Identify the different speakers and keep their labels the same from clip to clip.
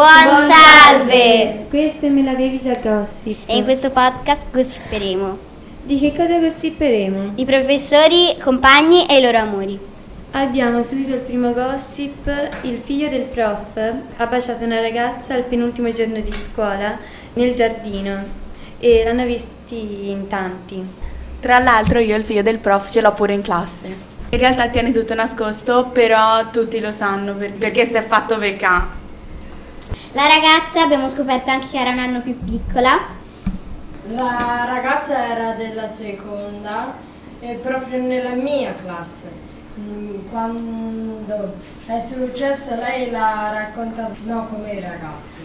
Speaker 1: Buon salve!
Speaker 2: Questa me l'avevi già gossip.
Speaker 1: E in questo podcast gossiperemo
Speaker 2: Di che cosa gossiperemo?
Speaker 1: i professori, compagni e i loro amori.
Speaker 2: Abbiamo subito il primo gossip. Il figlio del prof ha baciato una ragazza al penultimo giorno di scuola nel giardino e l'hanno visti in tanti.
Speaker 3: Tra l'altro io il figlio del prof ce l'ho pure in classe. In realtà tiene tutto nascosto, però tutti lo sanno per- perché si è fatto beccà.
Speaker 1: La ragazza abbiamo scoperto anche che era un anno più piccola.
Speaker 4: La ragazza era della seconda e proprio nella mia classe. Mm, Quando è successo lei l'ha raccontata no, come i ragazzi.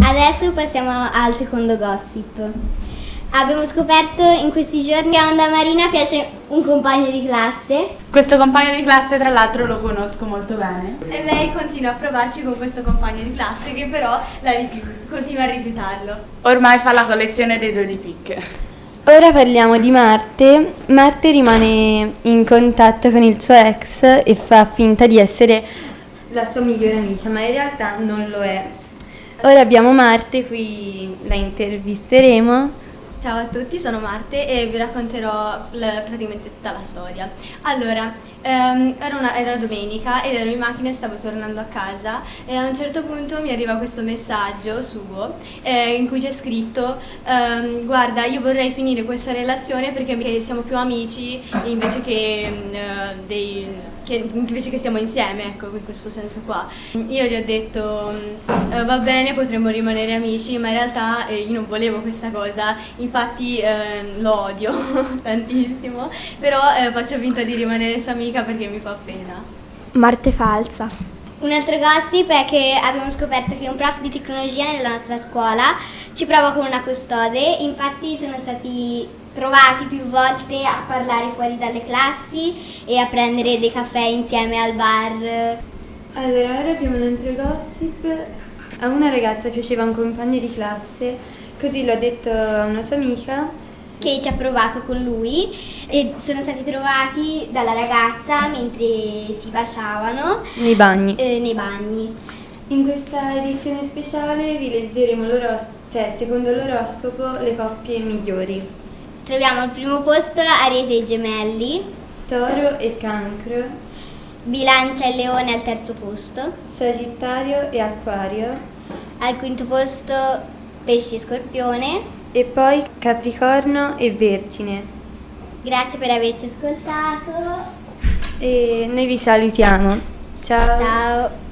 Speaker 1: Adesso passiamo al secondo gossip. Abbiamo scoperto in questi giorni a Onda Marina piace un compagno di classe.
Speaker 3: Questo compagno di classe tra l'altro lo conosco molto bene.
Speaker 5: E lei continua a provarci con questo compagno di classe che però la rifiu- continua a rifiutarlo.
Speaker 3: Ormai fa la collezione dei due di picche.
Speaker 6: Ora parliamo di Marte. Marte rimane in contatto con il suo ex e fa finta di essere...
Speaker 2: La sua migliore amica, ma in realtà non lo è.
Speaker 6: Ora abbiamo Marte, qui la intervisteremo.
Speaker 5: Ciao a tutti, sono Marte e vi racconterò l- praticamente tutta la storia. Allora, ehm, era, una- era domenica ed ero in macchina e stavo tornando a casa e a un certo punto mi arriva questo messaggio suo eh, in cui c'è scritto ehm, guarda io vorrei finire questa relazione perché mi- siamo più amici invece che, mm, eh, dei- che- invece che siamo insieme, ecco, in questo senso qua. Io gli ho detto mm, eh, va bene, potremmo rimanere amici, ma in realtà eh, io non volevo questa cosa, infatti ehm, lo odio tantissimo, però eh, faccio finta di rimanere sua amica perché mi fa pena.
Speaker 7: Marte falsa.
Speaker 1: Un altro gossip è che abbiamo scoperto che un prof di tecnologia nella nostra scuola ci prova con una custode, infatti sono stati trovati più volte a parlare fuori dalle classi e a prendere dei caffè insieme al bar.
Speaker 2: Allora, ora abbiamo un altro gossip. A una ragazza piaceva un compagno di classe, così l'ho detto a una sua amica
Speaker 1: che ci ha provato con lui e sono stati trovati dalla ragazza mentre si baciavano
Speaker 6: Nei bagni.
Speaker 1: eh, nei bagni.
Speaker 2: In questa edizione speciale vi leggeremo l'oros- cioè, secondo l'oroscopo le coppie migliori,
Speaker 1: Troviamo al primo posto Ariete e Gemelli,
Speaker 2: Toro e Cancro,
Speaker 1: Bilancia e Leone al terzo posto,
Speaker 2: Sagittario e Acquario
Speaker 1: al quinto posto Pesci e Scorpione.
Speaker 2: e poi Capricorno e Vergine.
Speaker 1: Grazie per averci ascoltato.
Speaker 2: E noi vi salutiamo. Ciao.
Speaker 1: Ciao.